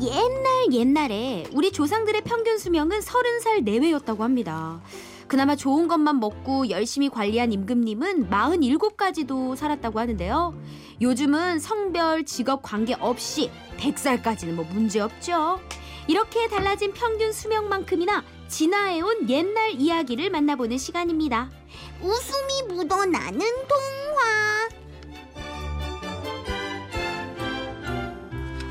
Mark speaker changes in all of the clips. Speaker 1: 정말 옛날에 우리 조상들의 평균 수명은 30살 내외였다고 합니다. 그나마 좋은 것만 먹고 열심히 관리한 임금님은 47까지도 살았다고 하는데요. 요즘은 성별, 직업 관계 없이 100살까지는 뭐 문제 없죠. 이렇게 달라진 평균 수명만큼이나 진화해온 옛날 이야기를 만나보는 시간입니다.
Speaker 2: 웃음이 묻어나는 동화.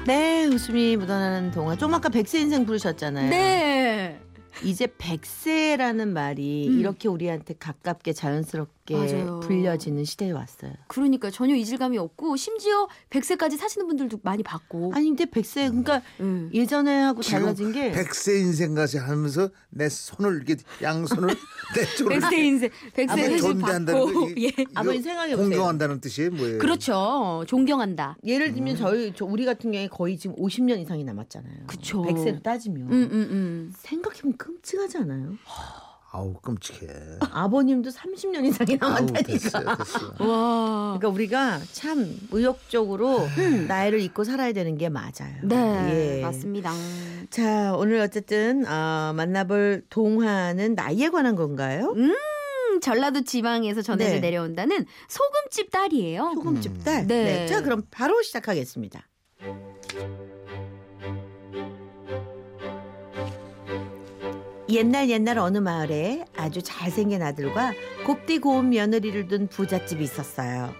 Speaker 3: 네, 웃음이 묻어나는 동화. 좀 아까 백세 인생 부르셨잖아요.
Speaker 1: 네.
Speaker 3: 이제 백세라는 말이
Speaker 1: 음.
Speaker 3: 이렇게 우리한테 가깝게 자연스럽게
Speaker 1: 맞아요.
Speaker 3: 불려지는 시대에 왔어요.
Speaker 1: 그러니까 전혀 이질감이 없고 심지어 100세까지 사시는 분들도 많이 봤고.
Speaker 3: 아니 근데 백세 그러니까
Speaker 1: 음.
Speaker 3: 예전에 하고
Speaker 4: 지금
Speaker 3: 달라진 게
Speaker 4: 백세 인생까지 하면서 내 손을 이렇게 양손을 내 쪽으로
Speaker 1: 백세 인생, 백세
Speaker 4: 아버지
Speaker 1: 회식
Speaker 4: 존대한다는
Speaker 1: 받고,
Speaker 4: 거지.
Speaker 1: 예,
Speaker 3: 아버님 생각해 보세요.
Speaker 4: 공경한다는 뜻이 뭐예요?
Speaker 1: 그렇죠. 존경한다.
Speaker 4: 음.
Speaker 3: 예를 들면 저희 저 우리 같은 경우에 거의 지금 50년 이상이 남았잖아요.
Speaker 1: 그쵸.
Speaker 3: 백세로 따지면
Speaker 1: 음, 음, 음.
Speaker 3: 생각해보면 끔찍하지 않아요?
Speaker 4: 아우 끔찍해.
Speaker 3: 아버님도 30년 이상이
Speaker 4: 아우
Speaker 3: 남았다니까.
Speaker 4: 됐어 됐어.
Speaker 1: 음. 와.
Speaker 3: 그러니까 우리가 참 의욕적으로 나이를 잊고 살아야 되는 게 맞아요.
Speaker 1: 음. 네,
Speaker 3: 예.
Speaker 1: 맞습니다. 음,
Speaker 3: 자, 오늘 어쨌든 어, 만나볼 동화는 나이에 관한 건가요?
Speaker 1: 음, 전라도 지방에서 전해져
Speaker 3: 네.
Speaker 1: 내려온다는 소금집 딸이에요.
Speaker 3: 소금집 딸.
Speaker 1: 네.
Speaker 3: 자, 그럼 바로 시작하겠습니다. 옛날 옛날 어느 마을에 아주 잘생긴 아들과 곱디 고운 며느리를 둔 부잣집이 있었어요.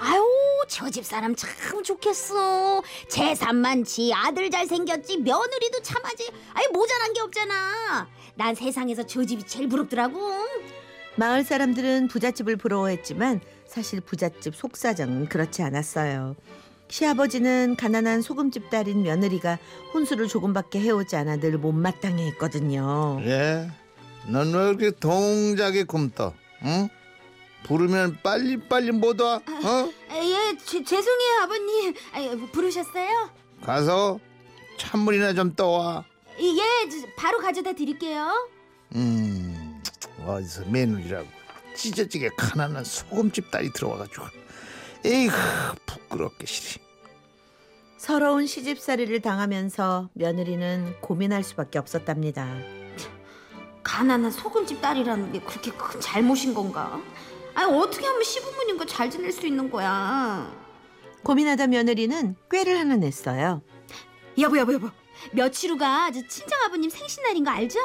Speaker 2: 아유, 저 집 사람 참 좋겠어. 재산 많지, 아들 잘생겼지, 며느리도 참하지. 아이, 모자란 게 없잖아. 난 세상에서 저 집이 제일 부럽더라고.
Speaker 3: 마을 사람들은 부잣집을 부러워했지만 사실 부잣집 속사정은 그렇지 않았어요. 시아버지는 가난한 소금집 딸인 며느리가 혼수를 조금밖에 해오지 않아 늘 못마땅해 했거든요.
Speaker 4: 예. 넌 왜 이렇게 동작이 굼떠? 응? 부르면 빨리 빨리 못 와. 어?
Speaker 2: 예, 죄송해요, 아버님. 예, 뭐 부르셨어요?
Speaker 4: 가서 찬물이나 좀 떠와.
Speaker 2: 예, 바로 가져다 드릴게요.
Speaker 4: 음. 어디서 며느리라고 찢어지게 가난한 소금집 딸이 들어와가지고 에이그 부끄럽게 시리.
Speaker 3: 서러운 시집살이를 당하면서 며느리는 고민할 수밖에 없었답니다.
Speaker 2: 가난한 소금집 딸이라는 게 그렇게 큰 잘못인 건가? 아니, 어떻게 하면 시부모님과 잘 지낼 수 있는 거야?
Speaker 3: 고민하다 며느리는 꾀를 하나 냈어요.
Speaker 2: 여보, 여보, 여보. 며칠 후가 저 친정 아버님 생신날인 거 알죠?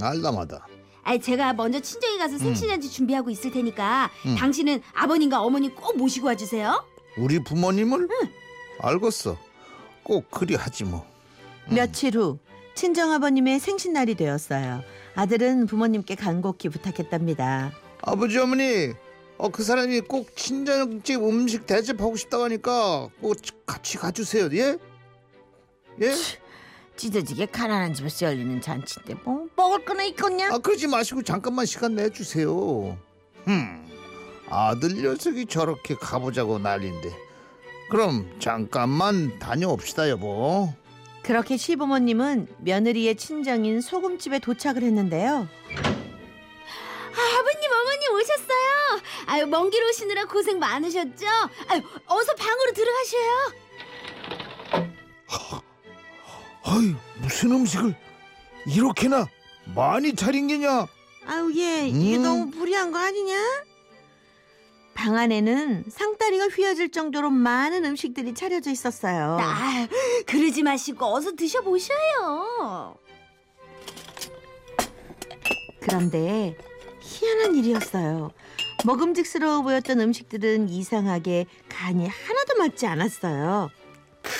Speaker 4: 알람하다.
Speaker 2: 아, 제가 먼저 친정에 가서 생신잔치 준비하고 있을 테니까
Speaker 4: 음.
Speaker 2: 당신은 아버님과 어머니 꼭 모시고 와주세요.
Speaker 4: 우리 부모님을 알겠어. 꼭 그리 하지 뭐.
Speaker 3: 며칠 후 친정아버님의 생신날이 되었어요. 아들은 부모님께 간곡히 부탁했답니다.
Speaker 4: 아버지 어머니 어, 그 사람이 꼭 친정집 음식 대접하고 싶다고 하니까 꼭 같이 가주세요 예? 예?
Speaker 3: 찢어지게 가난한 집에서 열리는 잔치인데 뭐 먹을 거나 있겠냐?
Speaker 4: 아 그러지 마시고 잠깐만 시간 내주세요 흠 아들 녀석이 저렇게 가보자고 난린데 그럼 잠깐만 다녀옵시다 여보
Speaker 3: 그렇게 시부모님은 며느리의 친정인 소금집에 도착을 했는데요.
Speaker 2: 아버님 어머니 오셨어요. 아유 먼 길 오시느라 고생 많으셨죠. 아유 어서 방으로 들어가셔요.
Speaker 4: 아유 무슨 음식을 이렇게나 많이 차린 게냐
Speaker 3: 아우 얘 이게
Speaker 4: 음.
Speaker 3: 너무 무리한 거 아니냐? 방 안에는 상다리가 휘어질 정도로 많은 음식들이 차려져 있었어요.
Speaker 2: 아유 그러지 마시고 어서 드셔보셔요.
Speaker 3: 그런데 희한한 일이었어요. 먹음직스러워 보였던 음식들은 이상하게 간이 하나도 맞지 않았어요.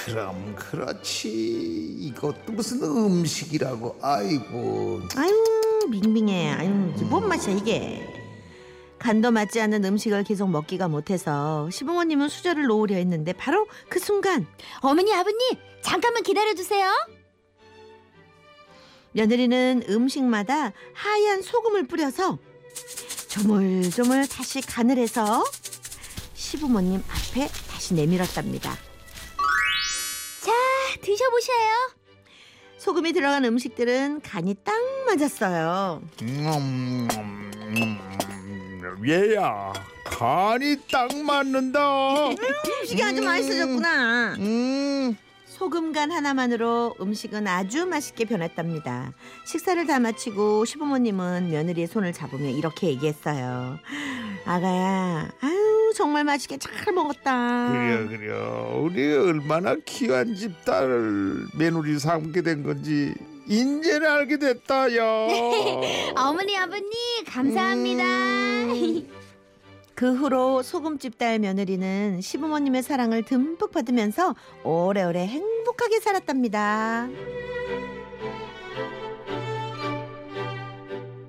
Speaker 4: 그럼 그렇지 이것도 무슨 음식이라고 아이고
Speaker 3: 아유 밍밍해 아유 이게 뭔 맛이야 이게 간도 맞지 않는 음식을 계속 먹기가 못해서 시부모님은 수저를 놓으려 했는데 바로 그 순간
Speaker 2: 어머니 아버님 잠깐만 기다려주세요.
Speaker 3: 며느리는 음식마다 하얀 소금을 뿌려서 조물조물 다시 간을 해서 시부모님 앞에 다시 내밀었답니다
Speaker 2: 드셔보셔요.
Speaker 3: 소금이 들어간 음식들은 간이 딱 맞았어요
Speaker 4: 음, 얘야 간이 딱 맞는다.
Speaker 3: 음식이 아주 맛있어졌구나
Speaker 4: 음,
Speaker 3: 소금간 하나만으로 음식은 아주 맛있게 변했답니다. 식사를 다 마치고 시부모님은 며느리의 손을 잡으며 이렇게 얘기했어요. 아가야, 아유 정말 맛있게 잘 먹었다.
Speaker 4: 그려 그려 우리 얼마나 귀한 집 딸을 며느리 삼게 된 건지 인제는 알게 됐다요.
Speaker 2: 어머니 아버님 감사합니다.
Speaker 3: 그 후로 소금집 딸 며느리는 시부모님의 사랑을 듬뿍 받으면서 오래오래 행복하게 살았답니다.